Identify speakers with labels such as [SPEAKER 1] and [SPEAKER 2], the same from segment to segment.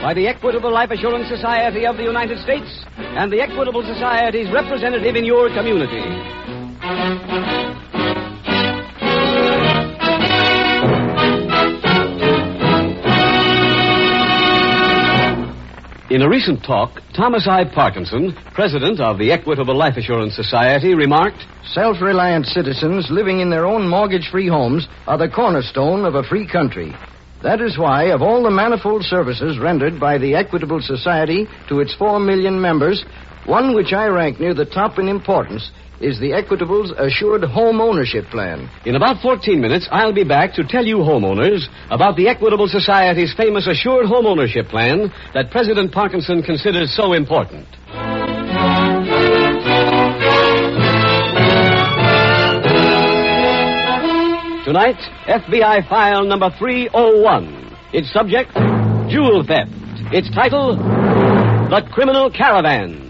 [SPEAKER 1] by the Equitable Life Assurance Society of the United States and the Equitable Society's representative in your community. In a recent talk, Thomas I. Parkinson, president of the Equitable Life Assurance Society, remarked
[SPEAKER 2] Self reliant citizens living in their own mortgage free homes are the cornerstone of a free country. That is why, of all the manifold services rendered by the Equitable Society to its four million members, one which I rank near the top in importance is the Equitable's Assured Home Ownership Plan.
[SPEAKER 1] In about 14 minutes, I'll be back to tell you homeowners about the Equitable Society's famous assured home ownership plan that President Parkinson considers so important. Tonight, FBI file number 301. Its subject, jewel theft. Its title, The Criminal Caravan.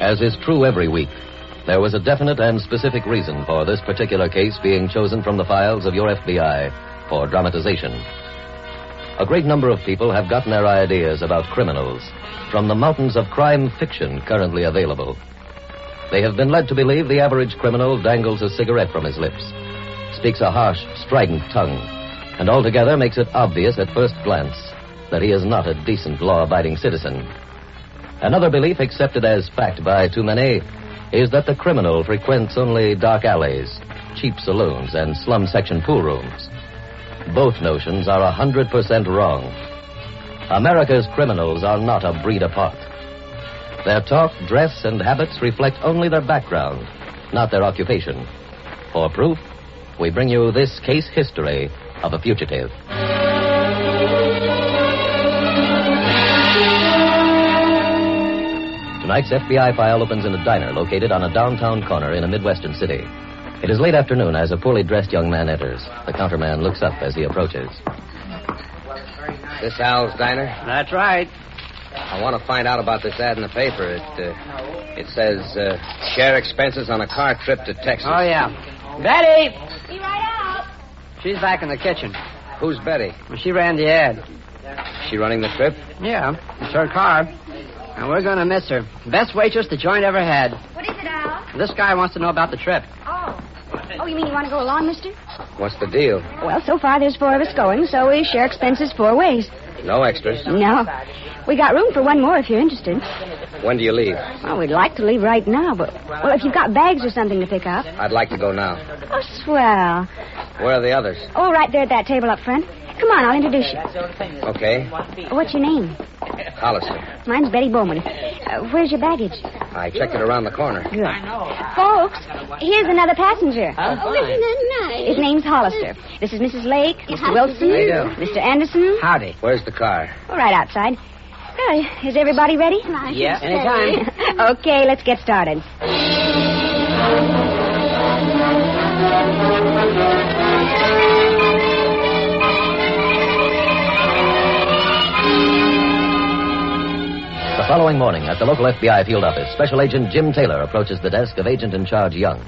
[SPEAKER 3] As is true every week, there was a definite and specific reason for this particular case being chosen from the files of your FBI for dramatization. A great number of people have gotten their ideas about criminals from the mountains of crime fiction currently available. They have been led to believe the average criminal dangles a cigarette from his lips, speaks a harsh, strident tongue, and altogether makes it obvious at first glance that he is not a decent, law abiding citizen. Another belief accepted as fact by too many is that the criminal frequents only dark alleys, cheap saloons, and slum section pool rooms. Both notions are 100% wrong. America's criminals are not a breed apart. Their talk, dress, and habits reflect only their background, not their occupation. For proof, we bring you this case history of a fugitive. Tonight's FBI file opens in a diner located on a downtown corner in a Midwestern city. It is late afternoon as a poorly dressed young man enters. The counterman looks up as he approaches.
[SPEAKER 4] This Al's Diner? That's right. I want to find out about this ad in the paper. It uh, it says uh, share expenses on a car trip to Texas.
[SPEAKER 5] Oh, yeah. Betty! Be right out. She's back in the kitchen.
[SPEAKER 4] Who's Betty?
[SPEAKER 5] She ran the ad.
[SPEAKER 4] She running the trip?
[SPEAKER 5] Yeah, it's her car. And we're going to miss her. Best waitress the joint ever had.
[SPEAKER 6] What is it, Al?
[SPEAKER 5] This guy wants to know about the trip.
[SPEAKER 6] Oh. Oh, you mean you want to go along, mister?
[SPEAKER 4] What's the deal?
[SPEAKER 6] Well, so far there's four of us going, so we share expenses four ways.
[SPEAKER 4] No extras.
[SPEAKER 6] No. We got room for one more if you're interested.
[SPEAKER 4] When do you leave?
[SPEAKER 6] Well, we'd like to leave right now, but, well, if you've got bags or something to pick up.
[SPEAKER 4] I'd like to go now.
[SPEAKER 6] Oh, swell.
[SPEAKER 4] Where are the others?
[SPEAKER 6] Oh, right there at that table up front. Come on, I'll introduce you.
[SPEAKER 4] Okay.
[SPEAKER 6] What's your name?
[SPEAKER 4] Hollister.
[SPEAKER 6] Mine's Betty Bowman. Uh, where's your baggage?
[SPEAKER 4] I checked it around the corner.
[SPEAKER 6] Good. Folks, here's another passenger.
[SPEAKER 5] Oh, isn't
[SPEAKER 6] His name's Hollister. This is Mrs. Lake, Mr. Wilson, Mr. Anderson.
[SPEAKER 5] Howdy.
[SPEAKER 4] Where's the car?
[SPEAKER 6] All right, outside. Good. Is everybody ready?
[SPEAKER 5] Yeah, anytime.
[SPEAKER 6] okay, let's get started.
[SPEAKER 3] The following morning, at the local FBI field office, Special Agent Jim Taylor approaches the desk of Agent in Charge Young.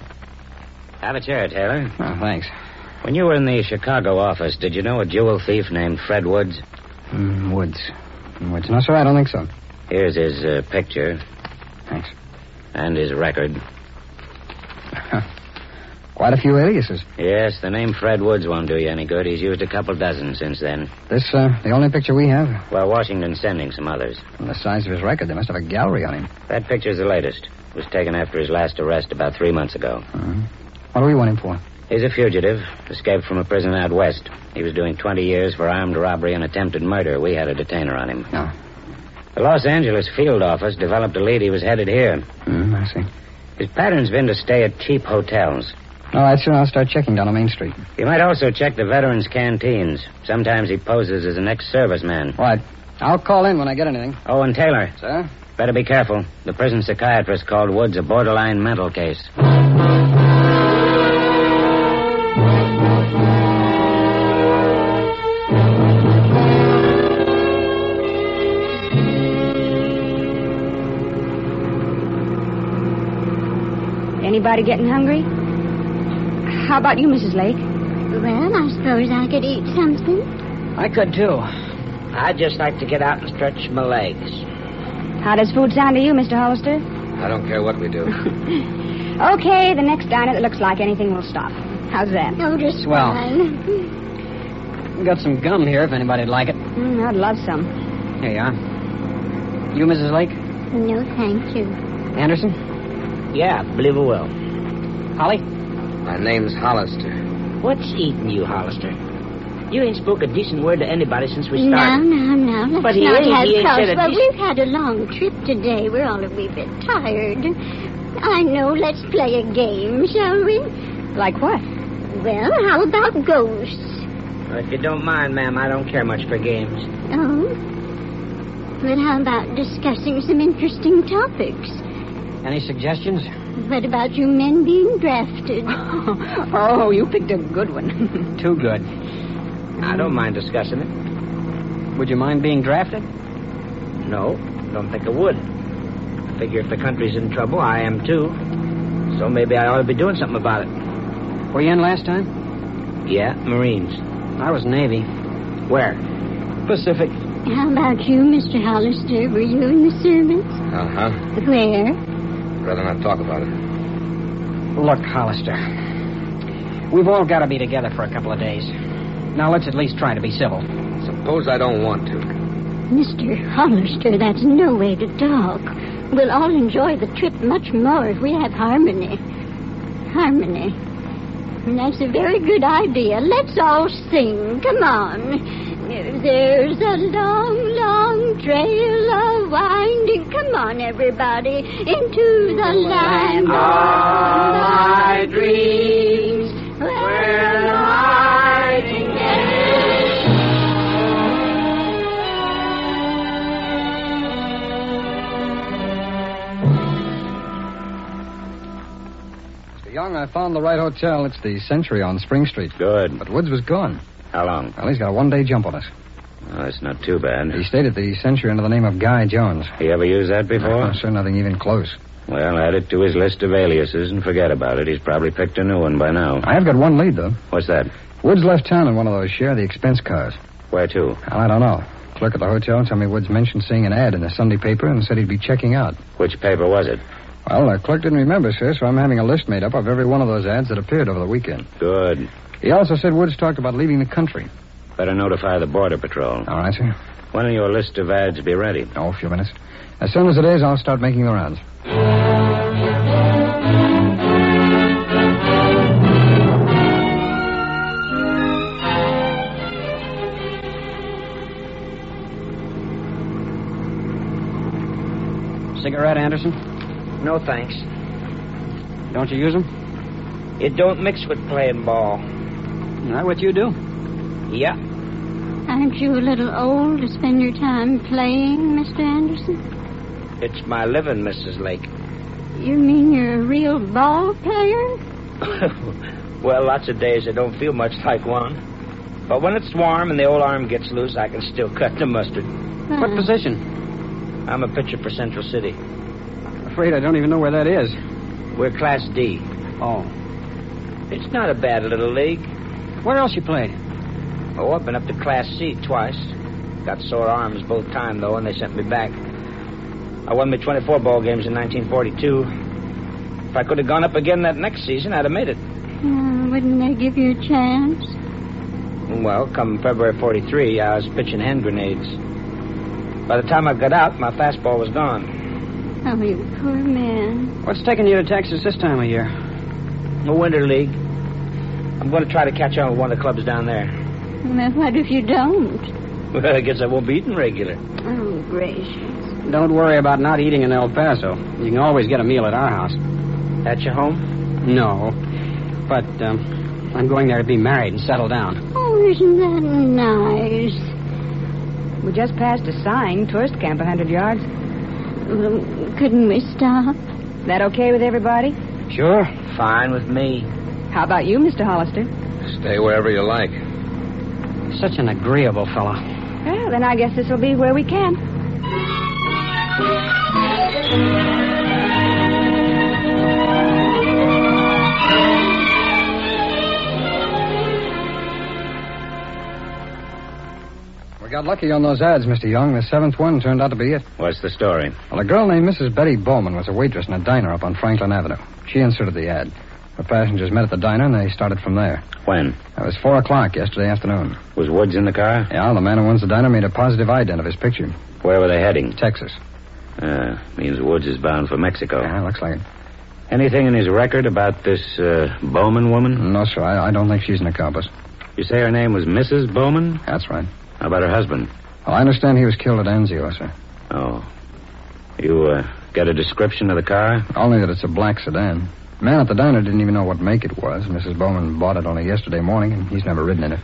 [SPEAKER 7] Have a chair, Taylor.
[SPEAKER 1] Oh, thanks.
[SPEAKER 7] When you were in the Chicago office, did you know a jewel thief named Fred Woods?
[SPEAKER 1] Mm, Woods. Woods. No, sir, I don't think so.
[SPEAKER 7] Here's his uh, picture
[SPEAKER 1] Thanks.
[SPEAKER 7] and his record.
[SPEAKER 1] Quite a few aliases.
[SPEAKER 7] Yes, the name Fred Woods won't do you any good. He's used a couple dozen since then.
[SPEAKER 1] This, uh, the only picture we have.
[SPEAKER 7] Well, Washington's sending some others.
[SPEAKER 1] From the size of his record, they must have a gallery on him.
[SPEAKER 7] That picture's the latest. It was taken after his last arrest about three months ago.
[SPEAKER 1] What do we want him for?
[SPEAKER 7] He's a fugitive, escaped from a prison out west. He was doing 20 years for armed robbery and attempted murder. We had a detainer on him.
[SPEAKER 1] No.
[SPEAKER 7] The Los Angeles field office developed a lead he was headed here.
[SPEAKER 8] Hmm, I see.
[SPEAKER 7] His pattern's been to stay at cheap hotels.
[SPEAKER 8] All right, sir, I'll start checking down on Main Street.
[SPEAKER 7] You might also check the veterans' canteens. Sometimes he poses as an ex-serviceman.
[SPEAKER 8] Right. I'll call in when I get anything.
[SPEAKER 7] Oh, and Taylor,
[SPEAKER 8] Sir?
[SPEAKER 7] better be careful. The prison psychiatrist called Woods a borderline mental case.
[SPEAKER 6] Anybody getting hungry? How about you, Mrs. Lake?
[SPEAKER 9] Well, I suppose I could eat something.
[SPEAKER 5] I could, too. I'd just like to get out and stretch my legs.
[SPEAKER 6] How does food sound to you, Mr. Hollister?
[SPEAKER 4] I don't care what we do.
[SPEAKER 6] Okay, the next diner that looks like anything will stop. How's that?
[SPEAKER 9] No, Oh, just
[SPEAKER 5] Swell.
[SPEAKER 9] fine.
[SPEAKER 5] Got some gum here if anybody'd like it.
[SPEAKER 6] Mm, I'd love some.
[SPEAKER 5] Here you are. You, Mrs. Lake?
[SPEAKER 9] No, thank you.
[SPEAKER 5] Anderson? Yeah, believe it will. Holly?
[SPEAKER 4] My name's Hollister.
[SPEAKER 10] What's eating you, Hollister? You ain't spoke a decent word to anybody since we
[SPEAKER 9] No,
[SPEAKER 10] started.
[SPEAKER 9] no, no. Let's
[SPEAKER 10] But he
[SPEAKER 9] not
[SPEAKER 10] ain't-
[SPEAKER 9] have
[SPEAKER 10] he ain't
[SPEAKER 9] fuss.
[SPEAKER 10] said a
[SPEAKER 9] Well,
[SPEAKER 10] dis-
[SPEAKER 9] we've had a long trip today. We're all a wee bit tired. I know. Let's play a game, shall we?
[SPEAKER 6] Like what?
[SPEAKER 9] Well, how about ghosts?
[SPEAKER 10] If you don't mind, ma'am, I don't care much for games.
[SPEAKER 9] Oh. But how about discussing some interesting topics?
[SPEAKER 5] Any suggestions?
[SPEAKER 9] What about you men being drafted?
[SPEAKER 6] Oh, you picked a good one.
[SPEAKER 5] Too good.
[SPEAKER 10] I don't mind discussing it.
[SPEAKER 5] Would you mind being drafted?
[SPEAKER 10] No, don't think I would. I figure if the country's in trouble, I am too. So maybe I ought to be doing something about it.
[SPEAKER 5] Were you in last time?
[SPEAKER 10] Yeah, Marines.
[SPEAKER 5] I was Navy.
[SPEAKER 10] Where?
[SPEAKER 5] Pacific.
[SPEAKER 9] How about you, Mr. Hollister? Were you in the service?
[SPEAKER 4] Uh huh.
[SPEAKER 9] Where?
[SPEAKER 4] Rather not talk about it.
[SPEAKER 5] Look, Hollister. We've all got to be together for a couple of days. Now let's at least try to be civil.
[SPEAKER 4] Suppose I don't want to.
[SPEAKER 9] Mr. Hollister, that's no way to talk. We'll all enjoy the trip much more if we have harmony. Harmony. That's a very good idea. Let's all sing. Come on. There's a long, long trail of winding. Come on, everybody, into the land of my dreams. Where hiding
[SPEAKER 8] Mr. Young, I found the right hotel. It's the Century on Spring Street.
[SPEAKER 7] Good.
[SPEAKER 8] But Woods was gone.
[SPEAKER 7] How long?
[SPEAKER 8] Well, he's got a one day jump on us.
[SPEAKER 7] Oh, that's not too bad.
[SPEAKER 8] He stayed at the Century under the name of Guy Jones.
[SPEAKER 7] He ever used that before?
[SPEAKER 8] Oh, sir, nothing even close.
[SPEAKER 7] Well, add it to his list of aliases and forget about it. He's probably picked a new one by now.
[SPEAKER 8] I have got one lead, though.
[SPEAKER 7] What's that?
[SPEAKER 8] Woods left town in one of those share the expense cars.
[SPEAKER 7] Where to?
[SPEAKER 8] Well, I don't know. Clerk at the hotel told me Woods mentioned seeing an ad in a Sunday paper and said he'd be checking out.
[SPEAKER 7] Which paper was it?
[SPEAKER 8] Well, the clerk didn't remember, sir, so I'm having a list made up of every one of those ads that appeared over the weekend.
[SPEAKER 7] Good.
[SPEAKER 8] He also said Woods talked about leaving the country.
[SPEAKER 7] Better notify the Border Patrol.
[SPEAKER 8] All right, sir.
[SPEAKER 7] When'll your list of ads be ready?
[SPEAKER 8] Oh, a few minutes. As soon as it is, I'll start making the rounds.
[SPEAKER 5] Cigarette, Anderson?
[SPEAKER 10] No thanks.
[SPEAKER 5] Don't you use them?
[SPEAKER 10] It don't mix with playing ball.
[SPEAKER 5] Not what you do.
[SPEAKER 10] Yeah.
[SPEAKER 9] Aren't you a little old to spend your time playing, Mr. Anderson?
[SPEAKER 10] It's my living, Mrs. Lake.
[SPEAKER 9] You mean you're a real ball player?
[SPEAKER 10] well, lots of days I don't feel much like one. But when it's warm and the old arm gets loose, I can still cut the mustard.
[SPEAKER 5] What position?
[SPEAKER 10] I'm a pitcher for Central City.
[SPEAKER 5] Afraid I don't even know where that is.
[SPEAKER 10] We're Class D.
[SPEAKER 5] Oh.
[SPEAKER 10] It's not a bad little league.
[SPEAKER 5] Where else you play?
[SPEAKER 10] Oh, I've been up to Class C twice. Got sore arms both time though, and they sent me back. I won me 24 ball games in 1942. If I could have gone up again that next season, I'd have made it.
[SPEAKER 9] Uh, wouldn't they give you a chance?
[SPEAKER 10] Well, come February 43, I was pitching hand grenades. By the time I got out, my fastball was gone.
[SPEAKER 9] Oh, you poor man.
[SPEAKER 5] What's taking you to Texas this time of year?
[SPEAKER 10] The Winter League. I'm going to try to catch on with one of the clubs down there.
[SPEAKER 9] Well, what if you don't?
[SPEAKER 10] Well, I guess I won't be eating regular.
[SPEAKER 9] Oh, gracious.
[SPEAKER 5] Don't worry about not eating in El Paso. You can always get a meal at our house. At your home? No. But um, I'm going there to be married and settle down.
[SPEAKER 9] Oh, isn't that nice?
[SPEAKER 11] We just passed a sign, tourist camp a 100 yards.
[SPEAKER 9] Couldn't we stop?
[SPEAKER 11] That okay with everybody?
[SPEAKER 10] Sure. Fine with me.
[SPEAKER 11] How about you, Mr. Hollister?
[SPEAKER 4] Stay wherever you like.
[SPEAKER 5] Such an agreeable fellow.
[SPEAKER 11] Well, then I guess this will be where we camp.
[SPEAKER 8] We got lucky on those ads, Mr. Young. The seventh one turned out to be it.
[SPEAKER 7] What's the story?
[SPEAKER 8] Well, a girl named Mrs. Betty Bowman was a waitress in a diner up on Franklin Avenue. She inserted the ad. The passengers met at the diner and they started from there.
[SPEAKER 7] When?
[SPEAKER 8] It was four o'clock yesterday afternoon.
[SPEAKER 7] Was Woods in the car?
[SPEAKER 8] Yeah, the man who owns the diner made a positive ident of his picture.
[SPEAKER 7] Where were they heading?
[SPEAKER 8] Texas.
[SPEAKER 7] Uh, means Woods is bound for Mexico.
[SPEAKER 8] Yeah, looks like it.
[SPEAKER 7] Anything in his record about this uh, Bowman woman?
[SPEAKER 8] No, sir. I, I don't think she's an accomplice.
[SPEAKER 7] You say her name was Mrs. Bowman?
[SPEAKER 8] That's right.
[SPEAKER 7] How about her husband?
[SPEAKER 8] Well, I understand he was killed at Anzio, sir.
[SPEAKER 7] Oh. You uh, got a description of the car?
[SPEAKER 8] Only that it's a black sedan. The man at the diner didn't even know what make it was. Mrs. Bowman bought it only yesterday morning, and he's never ridden in it.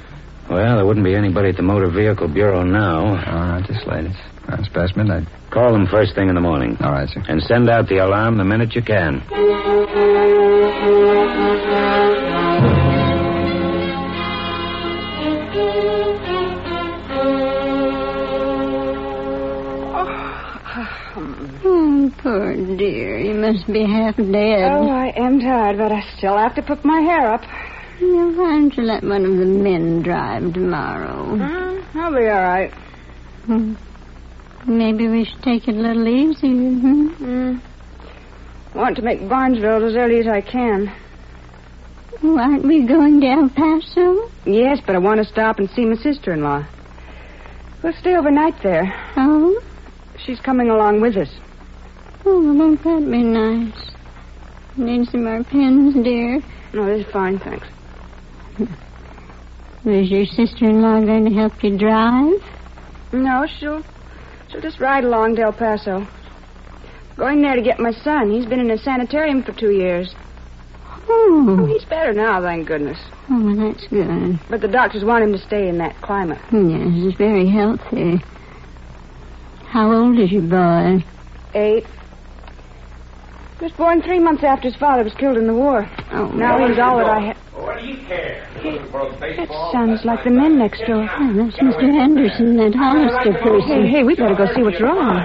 [SPEAKER 7] Well, there wouldn't be anybody at the Motor Vehicle Bureau now.
[SPEAKER 8] All right, just late. It's, it's past midnight.
[SPEAKER 7] Call them first thing in the morning.
[SPEAKER 8] All right, sir.
[SPEAKER 7] And send out the alarm the minute you can.
[SPEAKER 9] Oh, poor dear. You must be half dead.
[SPEAKER 11] Oh, I am tired, but I still have to put my hair up.
[SPEAKER 9] Now, why don't you let one of the men drive tomorrow?
[SPEAKER 11] Mm, I'll be all right.
[SPEAKER 9] Hmm. Maybe we should take it a little easier, hmm?
[SPEAKER 11] Mm. Want to make Barnesville as early as I can.
[SPEAKER 9] Oh, aren't we going to El Paso?
[SPEAKER 11] Yes, but I want to stop and see my sister-in-law. We'll stay overnight there.
[SPEAKER 9] Oh?
[SPEAKER 11] She's coming along with us.
[SPEAKER 9] Oh, won't that be nice? Need some more pins, dear?
[SPEAKER 11] No, Oh, this is fine, thanks.
[SPEAKER 9] Is your sister-in-law going to help you drive?
[SPEAKER 11] No, she'll she'll just ride along to El Paso. Going there to get my son. He's been in a sanitarium for two years. Oh,
[SPEAKER 9] Oh,
[SPEAKER 11] he's better now, thank goodness.
[SPEAKER 9] oh well, that's good.
[SPEAKER 11] But the doctors want him to stay in that climate.
[SPEAKER 9] Yes, it's very healthy. How old is your boy?
[SPEAKER 11] Eight. He was born three months after his father was killed in the war.
[SPEAKER 9] Oh,
[SPEAKER 11] Now he's all that I have.
[SPEAKER 12] What do you care?
[SPEAKER 11] That sounds like the men next door.
[SPEAKER 9] Oh, that's Mr. Henderson, that Hollister person.
[SPEAKER 11] Hey, hey, we better go see what's wrong.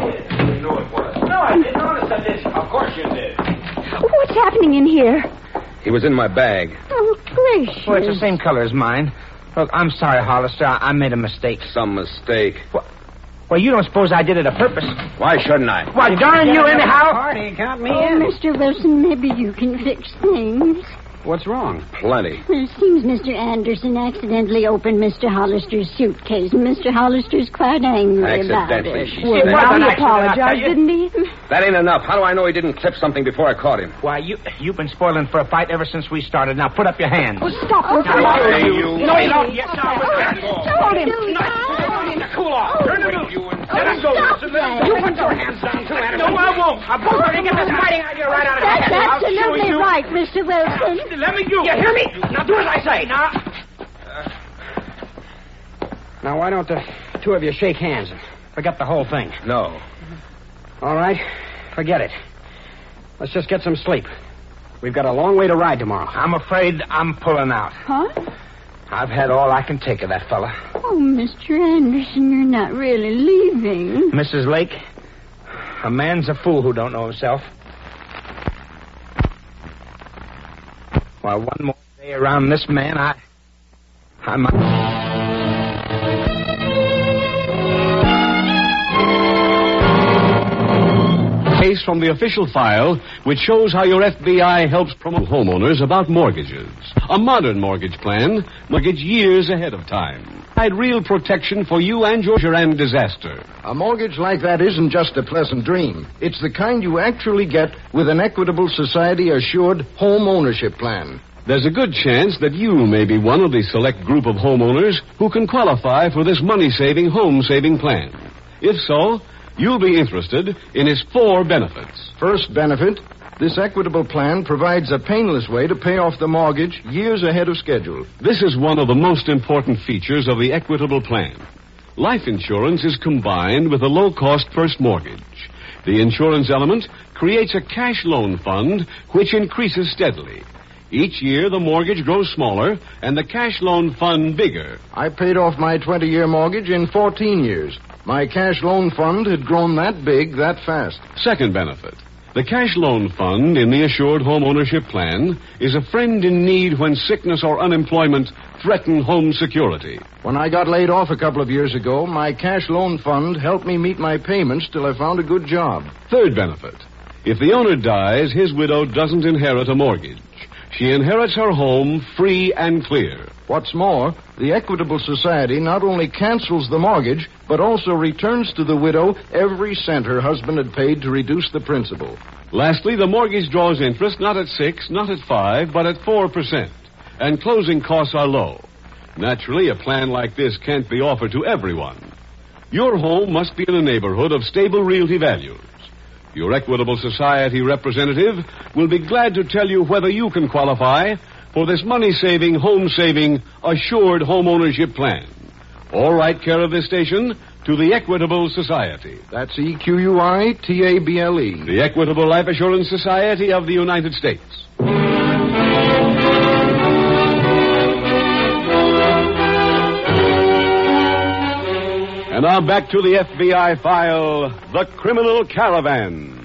[SPEAKER 12] No, I didn't notice I did. Of course you did.
[SPEAKER 9] What's happening in here?
[SPEAKER 4] He was in my bag.
[SPEAKER 9] Oh, gracious.
[SPEAKER 10] Well, it's the same color as mine. Look, I'm sorry, Hollister. I, I made a mistake.
[SPEAKER 4] Some mistake.
[SPEAKER 10] Well, you don't suppose I did it a purpose?
[SPEAKER 4] Why shouldn't I?
[SPEAKER 10] Why, darn you, anyhow?
[SPEAKER 5] Party, count me
[SPEAKER 9] Oh, Mr. Wilson, maybe you can fix things.
[SPEAKER 5] What's wrong?
[SPEAKER 4] Plenty.
[SPEAKER 9] It seems Mr. Anderson accidentally opened Mr. Hollister's suitcase. Mr. Hollister's quite angry about it. "Oh,
[SPEAKER 4] Accidentally, she
[SPEAKER 11] Well,
[SPEAKER 4] said.
[SPEAKER 11] he
[SPEAKER 10] Well,
[SPEAKER 11] apologized,
[SPEAKER 10] I-
[SPEAKER 11] didn't he?
[SPEAKER 4] That ain't enough. How do I know he didn't clip something before I caught him?
[SPEAKER 10] Why, you, you've been spoiling for a fight ever since we started. Now, put up your hand.
[SPEAKER 11] Well, stop. What's the
[SPEAKER 4] Why,
[SPEAKER 11] matter?
[SPEAKER 4] you-
[SPEAKER 10] No, you don't. Yes, now, put
[SPEAKER 11] Oh,
[SPEAKER 10] that ball.
[SPEAKER 11] Hold him.
[SPEAKER 10] Cool off. Turn it loose. Let him go. Listen, listen. You put your hands down, too, Anderson. No, I won't. I'm going to get this fighting idea right out of your
[SPEAKER 9] That's
[SPEAKER 10] head. I'll show
[SPEAKER 9] absolutely
[SPEAKER 10] you.
[SPEAKER 9] right, Mr. Wilson.
[SPEAKER 10] Let me go. You hear me? Now, do as I say. Now,
[SPEAKER 5] Now, why don't the two of you shake hands and forget the whole thing?
[SPEAKER 4] No.
[SPEAKER 5] All right, forget it. Let's just get some sleep. We've got a long way to ride tomorrow.
[SPEAKER 10] I'm afraid I'm pulling out.
[SPEAKER 9] Huh?
[SPEAKER 10] I've had all I can take of that fella.
[SPEAKER 9] Oh, Mr. Anderson, you're not really leaving.
[SPEAKER 10] Mrs. Lake, a man's a fool who don't know himself. Why, one more day around this man, I. I might.
[SPEAKER 13] case from the official file, which shows how your FBI helps promote homeowners about mortgages. A modern mortgage plan, mortgage years ahead of time. Provide real protection for you and your and disaster.
[SPEAKER 2] A mortgage like that isn't just a pleasant dream. It's the kind you actually get with an Equitable Society Assured Home Ownership Plan.
[SPEAKER 13] There's a good chance that you may be one of the select group of homeowners who can qualify for this money saving home saving plan. If so, you'll be interested in his four benefits.
[SPEAKER 2] First benefit this equitable plan provides a painless way to pay off the mortgage years ahead of schedule.
[SPEAKER 13] This is one of the most important features of the Equitable Plan. Life insurance is combined with a low cost first mortgage. The insurance element creates a cash loan fund which increases steadily. Each year, the mortgage grows smaller and the cash loan fund bigger.
[SPEAKER 2] I paid off my 20 year mortgage in 14 years. My cash loan fund had grown that big that fast.
[SPEAKER 13] Second benefit the cash loan fund in the Assured Home Ownership Plan is a friend in need when sickness or unemployment threaten home security.
[SPEAKER 2] When I got laid off a couple of years ago, my cash loan fund helped me meet my payments till I found a good job.
[SPEAKER 13] Third benefit if the owner dies, his widow doesn't inherit a mortgage. She inherits her home free and clear.
[SPEAKER 2] What's more, the Equitable Society not only cancels the mortgage, but also returns to the widow every cent her husband had paid to reduce the principal.
[SPEAKER 13] Lastly, the mortgage draws interest not at 6, not at 5, but at 4%, and closing costs are low. Naturally, a plan like this can't be offered to everyone. Your home must be in a neighborhood of stable realty values. Your Equitable Society representative will be glad to tell you whether you can qualify for this money saving, home saving, assured home ownership plan. All right, care of this station to the Equitable Society.
[SPEAKER 2] That's E Q U I T A B L E.
[SPEAKER 13] The Equitable Life Assurance Society of the United States. And now back to the FBI file The Criminal Caravan.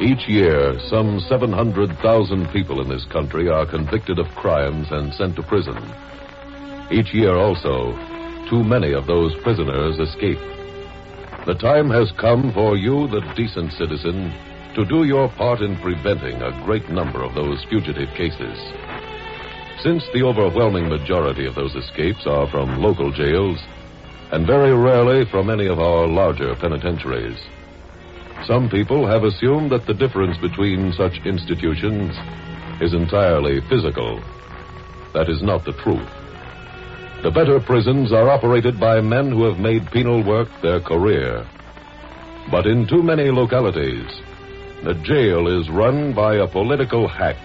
[SPEAKER 14] Each year, some 700,000 people in this country are convicted of crimes and sent to prison. Each year, also, too many of those prisoners escape. The time has come for you, the decent citizen, to do your part in preventing a great number of those fugitive cases. Since the overwhelming majority of those escapes are from local jails, and very rarely from any of our larger penitentiaries, some people have assumed that the difference between such institutions is entirely physical. That is not the truth. The better prisons are operated by men who have made penal work their career. But in too many localities, the jail is run by a political hack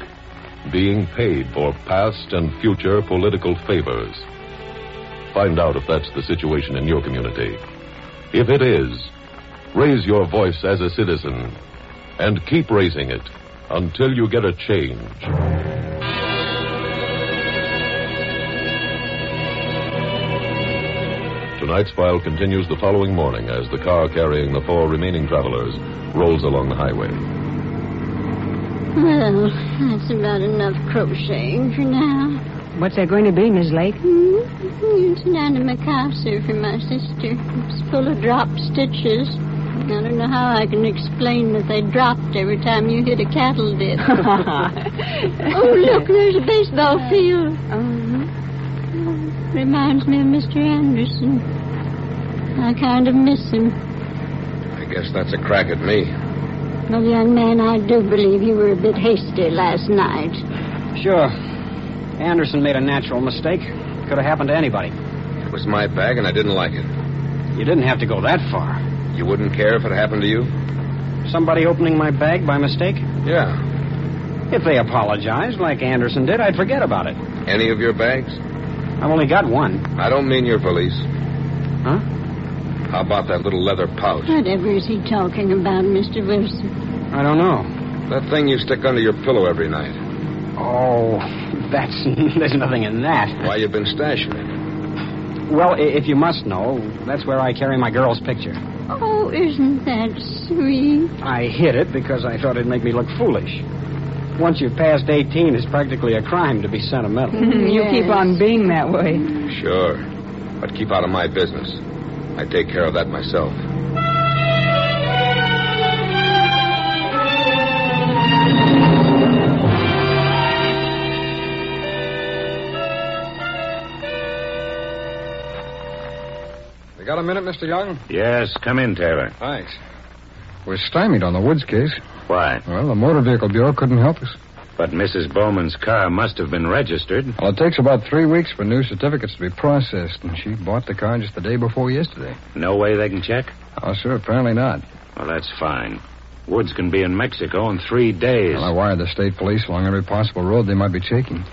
[SPEAKER 14] being paid for past and future political favors. Find out if that's the situation in your community. If it is, Raise your voice as a citizen and keep raising it until you get a change. Tonight's file continues the following morning as the car carrying the four remaining travelers rolls along the highway.
[SPEAKER 9] Well, that's about enough crocheting for now.
[SPEAKER 15] What's that going to be, Miss Lake?
[SPEAKER 9] Mm-hmm. It's down to Macassar for my sister. It's full of dropped stitches. I don't know how I can explain that they dropped every time you hit a cattle dip. oh, look, there's a baseball field. Reminds me of Mr. Anderson. I kind of miss him.
[SPEAKER 4] I guess that's a crack at me.
[SPEAKER 9] Well, young man, I do believe you were a bit hasty last night.
[SPEAKER 5] Sure. Anderson made a natural mistake. Could have happened to anybody.
[SPEAKER 4] It was my bag, and I didn't like it.
[SPEAKER 5] You didn't have to go that far.
[SPEAKER 4] You wouldn't care if it happened to you?
[SPEAKER 5] Somebody opening my bag by mistake?
[SPEAKER 4] Yeah.
[SPEAKER 5] If they apologized, like Anderson did, I'd forget about it.
[SPEAKER 4] Any of your bags?
[SPEAKER 5] I've only got one.
[SPEAKER 4] I don't mean your valise.
[SPEAKER 5] Huh?
[SPEAKER 4] How about that little leather pouch?
[SPEAKER 9] Whatever is he talking about, Mr. Wilson?
[SPEAKER 5] I don't know.
[SPEAKER 4] That thing you stick under your pillow every night.
[SPEAKER 5] Oh, that's there's nothing in that.
[SPEAKER 4] Why you been stashing it?
[SPEAKER 5] Well, i- if you must know, that's where I carry my girl's picture.
[SPEAKER 9] Oh, isn't that sweet?
[SPEAKER 5] I hid it because I thought it'd make me look foolish. Once you're past 18, it's practically a crime to be sentimental.
[SPEAKER 15] you keep on being that way.
[SPEAKER 4] Sure. But keep out of my business. I take care of that myself.
[SPEAKER 16] got a minute, Mr. Young?
[SPEAKER 17] Yes, come in, Taylor.
[SPEAKER 16] Thanks.
[SPEAKER 8] We're stymied on the Woods case.
[SPEAKER 17] Why?
[SPEAKER 8] Well, the Motor Vehicle Bureau couldn't help us.
[SPEAKER 17] But Mrs. Bowman's car must have been registered.
[SPEAKER 8] Well, it takes about three weeks for new certificates to be processed, and she bought the car just the day before yesterday.
[SPEAKER 17] No way they can check?
[SPEAKER 8] Oh, sir, apparently not.
[SPEAKER 17] Well, that's fine. Woods can be in Mexico in three days.
[SPEAKER 8] Well, I wired the state police along every possible road they might be taking.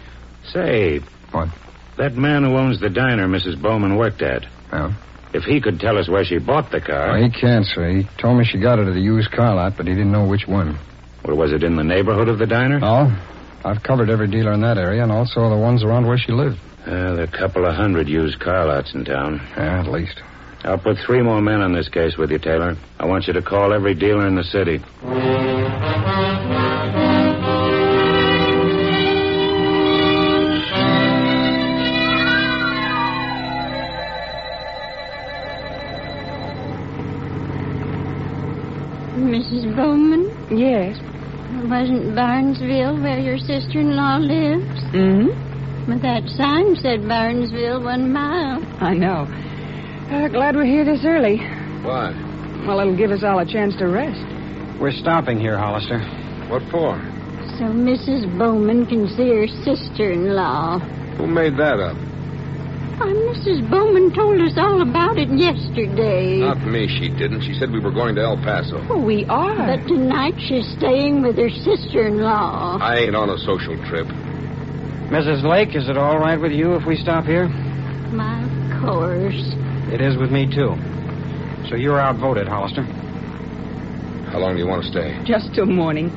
[SPEAKER 17] Say.
[SPEAKER 8] What?
[SPEAKER 17] That man who owns the diner Mrs. Bowman worked at.
[SPEAKER 8] Yeah?
[SPEAKER 17] If he could tell us where she bought the car.
[SPEAKER 8] Well, he can't, sir. He told me she got it at a used car lot, but he didn't know which one.
[SPEAKER 17] Well, was it in the neighborhood of the diner? Uh,
[SPEAKER 8] No. I've covered every dealer in that area and also the ones around where she lived.
[SPEAKER 17] Uh, there are a couple of hundred used car lots in town.
[SPEAKER 8] Yeah, at least.
[SPEAKER 17] I'll put three more men on this case with you, Taylor. I want you to call every dealer in the city.
[SPEAKER 9] Mrs. Bowman?
[SPEAKER 15] Yes.
[SPEAKER 9] Wasn't Barnesville where your sister in law lives?
[SPEAKER 15] Mm-hmm.
[SPEAKER 9] But that sign said Barnesville one mile.
[SPEAKER 15] I know. Uh, glad we're here this early.
[SPEAKER 16] Why?
[SPEAKER 15] Well, it'll give us all a chance to rest.
[SPEAKER 5] We're stopping here, Hollister.
[SPEAKER 16] What for?
[SPEAKER 9] So Mrs. Bowman can see her sister in law.
[SPEAKER 16] Who made that up?
[SPEAKER 9] Why, Mrs. Bowman told us all about it yesterday.
[SPEAKER 16] Not me, she didn't. She said we were going to El Paso.
[SPEAKER 9] Oh, we are. But tonight she's staying with her sister in law.
[SPEAKER 16] I ain't on a social trip.
[SPEAKER 5] Mrs. Lake, is it all right with you if we stop here?
[SPEAKER 9] My, of course.
[SPEAKER 5] It is with me, too. So you're outvoted, Hollister.
[SPEAKER 16] How long do you want to stay?
[SPEAKER 15] Just till morning.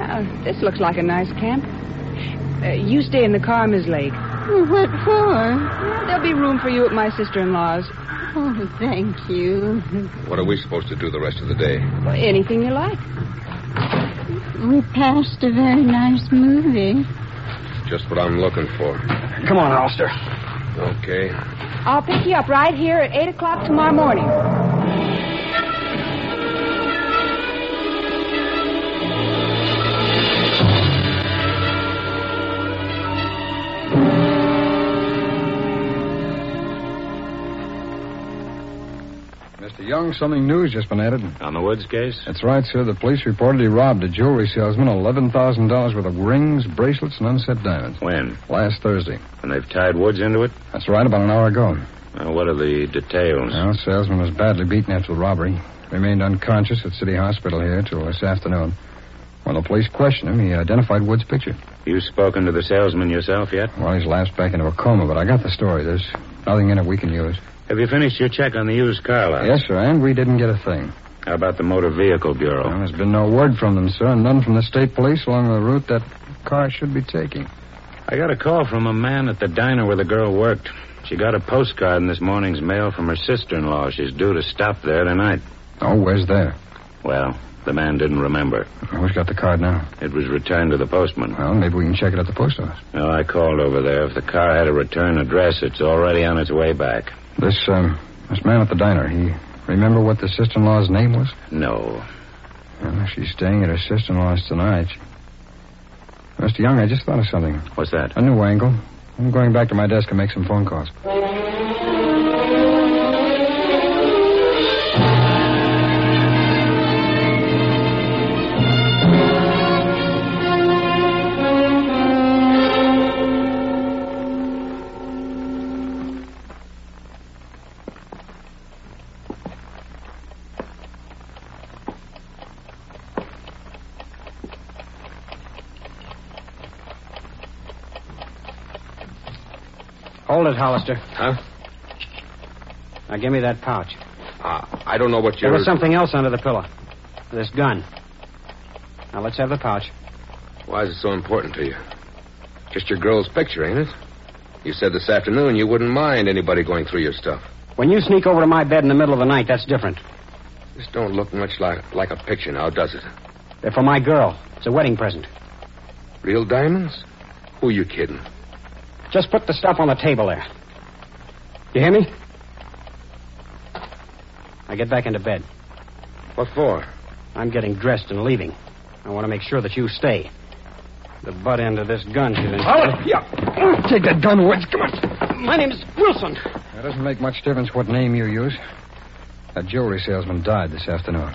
[SPEAKER 15] Uh, this looks like a nice camp. Uh, you stay in the car, Miss Lake.
[SPEAKER 9] What for?
[SPEAKER 15] There'll be room for you at my sister-in-law's.
[SPEAKER 9] Oh, thank you.
[SPEAKER 16] What are we supposed to do the rest of the day?
[SPEAKER 15] Well, anything you like.
[SPEAKER 9] We passed a very nice movie.
[SPEAKER 16] Just what I'm looking for.
[SPEAKER 5] Come on, Hollister.
[SPEAKER 16] Okay.
[SPEAKER 11] I'll pick you up right here at 8 o'clock tomorrow morning.
[SPEAKER 8] Mr. Young, something new's just been added.
[SPEAKER 17] On the Woods case?
[SPEAKER 8] That's right, sir. The police reported he robbed a jewelry salesman $11,000 worth of rings, bracelets, and unset diamonds.
[SPEAKER 17] When?
[SPEAKER 8] Last Thursday.
[SPEAKER 17] And they've tied Woods into it?
[SPEAKER 8] That's right, about an hour ago.
[SPEAKER 17] Uh, what are the details?
[SPEAKER 8] Well, salesman was badly beaten after the robbery. Remained unconscious at City Hospital here till this afternoon. When the police questioned him, he identified Wood's picture.
[SPEAKER 17] You spoken to the salesman yourself yet?
[SPEAKER 8] Well, he's lapsed back into a coma, but I got the story. There's nothing in it we can use.
[SPEAKER 17] Have you finished your check on the used car lot?
[SPEAKER 8] Yes, sir, and we didn't get a thing.
[SPEAKER 17] How about the Motor Vehicle Bureau?
[SPEAKER 8] Well, there's been no word from them, sir, and none from the state police along the route that car should be taking.
[SPEAKER 17] I got a call from a man at the diner where the girl worked. She got a postcard in this morning's mail from her sister in law. She's due to stop there tonight.
[SPEAKER 8] Oh, where's there?
[SPEAKER 17] Well, the man didn't remember.
[SPEAKER 8] Who's got the card now?
[SPEAKER 17] It was returned to the postman.
[SPEAKER 8] Well, maybe we can check it at the post office.
[SPEAKER 17] No, I called over there. If the car had a return address, it's already on its way back.
[SPEAKER 8] This, um, this man at the diner, he remember what the sister-in-law's name was?
[SPEAKER 17] No.
[SPEAKER 8] Well, she's staying at her sister-in-law's tonight. Mr. Young, I just thought of something.
[SPEAKER 17] What's that?
[SPEAKER 8] A new angle. I'm going back to my desk and make some phone calls.
[SPEAKER 5] Hold it, Hollister.
[SPEAKER 16] Huh?
[SPEAKER 5] Now give me that pouch.
[SPEAKER 16] Uh, I don't know what
[SPEAKER 5] There
[SPEAKER 16] you're.
[SPEAKER 5] was something else under the pillow. This gun. Now let's have the pouch.
[SPEAKER 16] Why is it so important to you? Just your girl's picture, ain't it? You said this afternoon you wouldn't mind anybody going through your stuff.
[SPEAKER 5] When you sneak over to my bed in the middle of the night, that's different.
[SPEAKER 16] This don't look much like like a picture now, does it?
[SPEAKER 5] They're for my girl. It's a wedding present.
[SPEAKER 16] Real diamonds? Who you kidding?
[SPEAKER 5] Just put the stuff on the table there. You hear me? Now get back into bed.
[SPEAKER 16] What for?
[SPEAKER 5] I'm getting dressed and leaving. I want to make sure that you stay. The butt end of this gun should.
[SPEAKER 16] Hold it! Yeah.
[SPEAKER 5] Take that gun, Woods. Come on. My name's Wilson.
[SPEAKER 8] It doesn't make much difference what name you use. That jewelry salesman died this afternoon.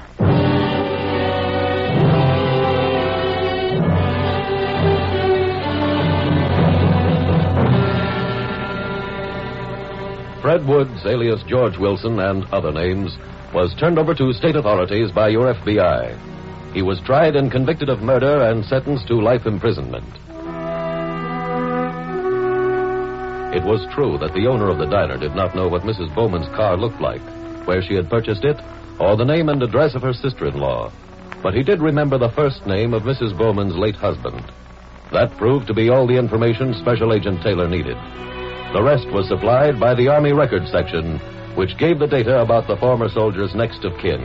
[SPEAKER 14] Fred Woods, alias George Wilson and other names, was turned over to state authorities by your FBI. He was tried and convicted of murder and sentenced to life imprisonment. It was true that the owner of the diner did not know what Mrs. Bowman's car looked like, where she had purchased it, or the name and address of her sister in law. But he did remember the first name of Mrs. Bowman's late husband. That proved to be all the information Special Agent Taylor needed. The rest was supplied by the Army Record Section, which gave the data about the former soldier's next of kin.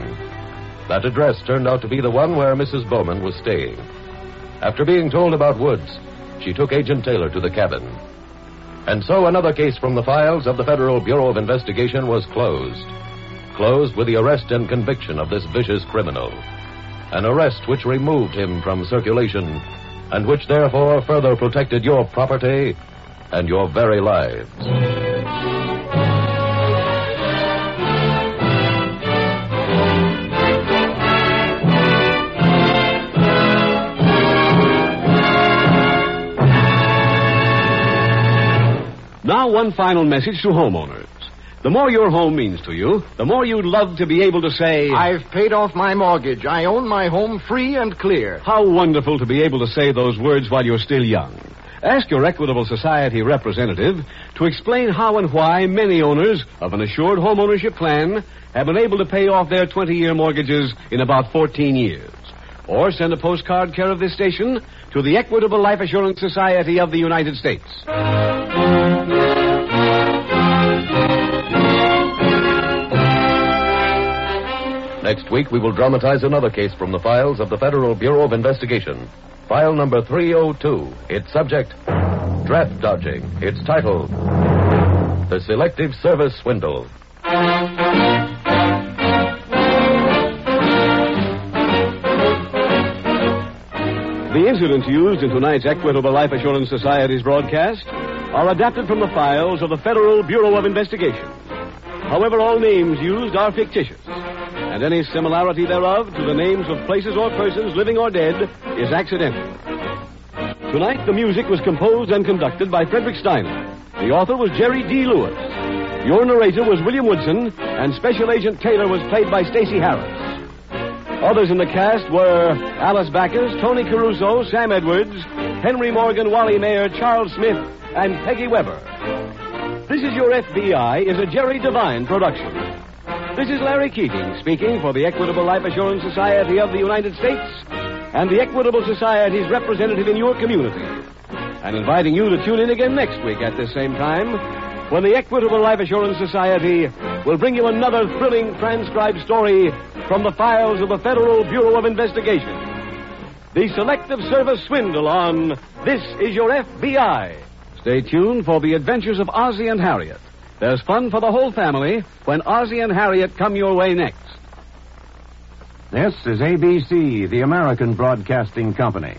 [SPEAKER 14] That address turned out to be the one where Mrs. Bowman was staying. After being told about Woods, she took Agent Taylor to the cabin. And so another case from the files of the Federal Bureau of Investigation was closed. Closed with the arrest and conviction of this vicious criminal. An arrest which removed him from circulation and which therefore further protected your property and your very lives.
[SPEAKER 13] Now, one final message to homeowners. The more your home means to you, the more you'd love to be able to say,
[SPEAKER 2] I've paid off my mortgage. I own my home free and clear.
[SPEAKER 13] How wonderful to be able to say those words while you're still young. Ask your Equitable Society representative to explain how and why many owners of an assured home ownership plan have been able to pay off their 20 year mortgages in about 14 years. Or send a postcard care of this station to the Equitable Life Assurance Society of the United States.
[SPEAKER 14] Next week, we will dramatize another case from the files of the Federal Bureau of Investigation. File number 302. Its subject, draft dodging. Its title, The Selective Service Swindle.
[SPEAKER 13] The incidents used in tonight's Equitable Life Assurance Society's broadcast are adapted from the files of the Federal Bureau of Investigation. However, all names used are fictitious, and any similarity thereof to the names of places or persons living or dead is accidental. Tonight, the music was composed and conducted by Frederick Steiner. The author was Jerry D. Lewis. Your narrator was William Woodson, and Special Agent Taylor was played by Stacey Harris. Others in the cast were Alice Backers, Tony Caruso, Sam Edwards, Henry Morgan, Wally Mayer, Charles Smith, and Peggy Weber. This is Your FBI is a Jerry Devine production. This is Larry Keating speaking for the Equitable Life Assurance Society of the United States and the Equitable Society's representative in your community. And inviting you to tune in again next week at this same time when the Equitable Life Assurance Society will bring you another thrilling transcribed story from the files of the Federal Bureau of Investigation. The Selective Service Swindle on This Is Your FBI. Stay tuned for the adventures of Ozzie and Harriet. There's fun for the whole family when Ozzie and Harriet come your way next.
[SPEAKER 18] This is ABC, the American Broadcasting Company.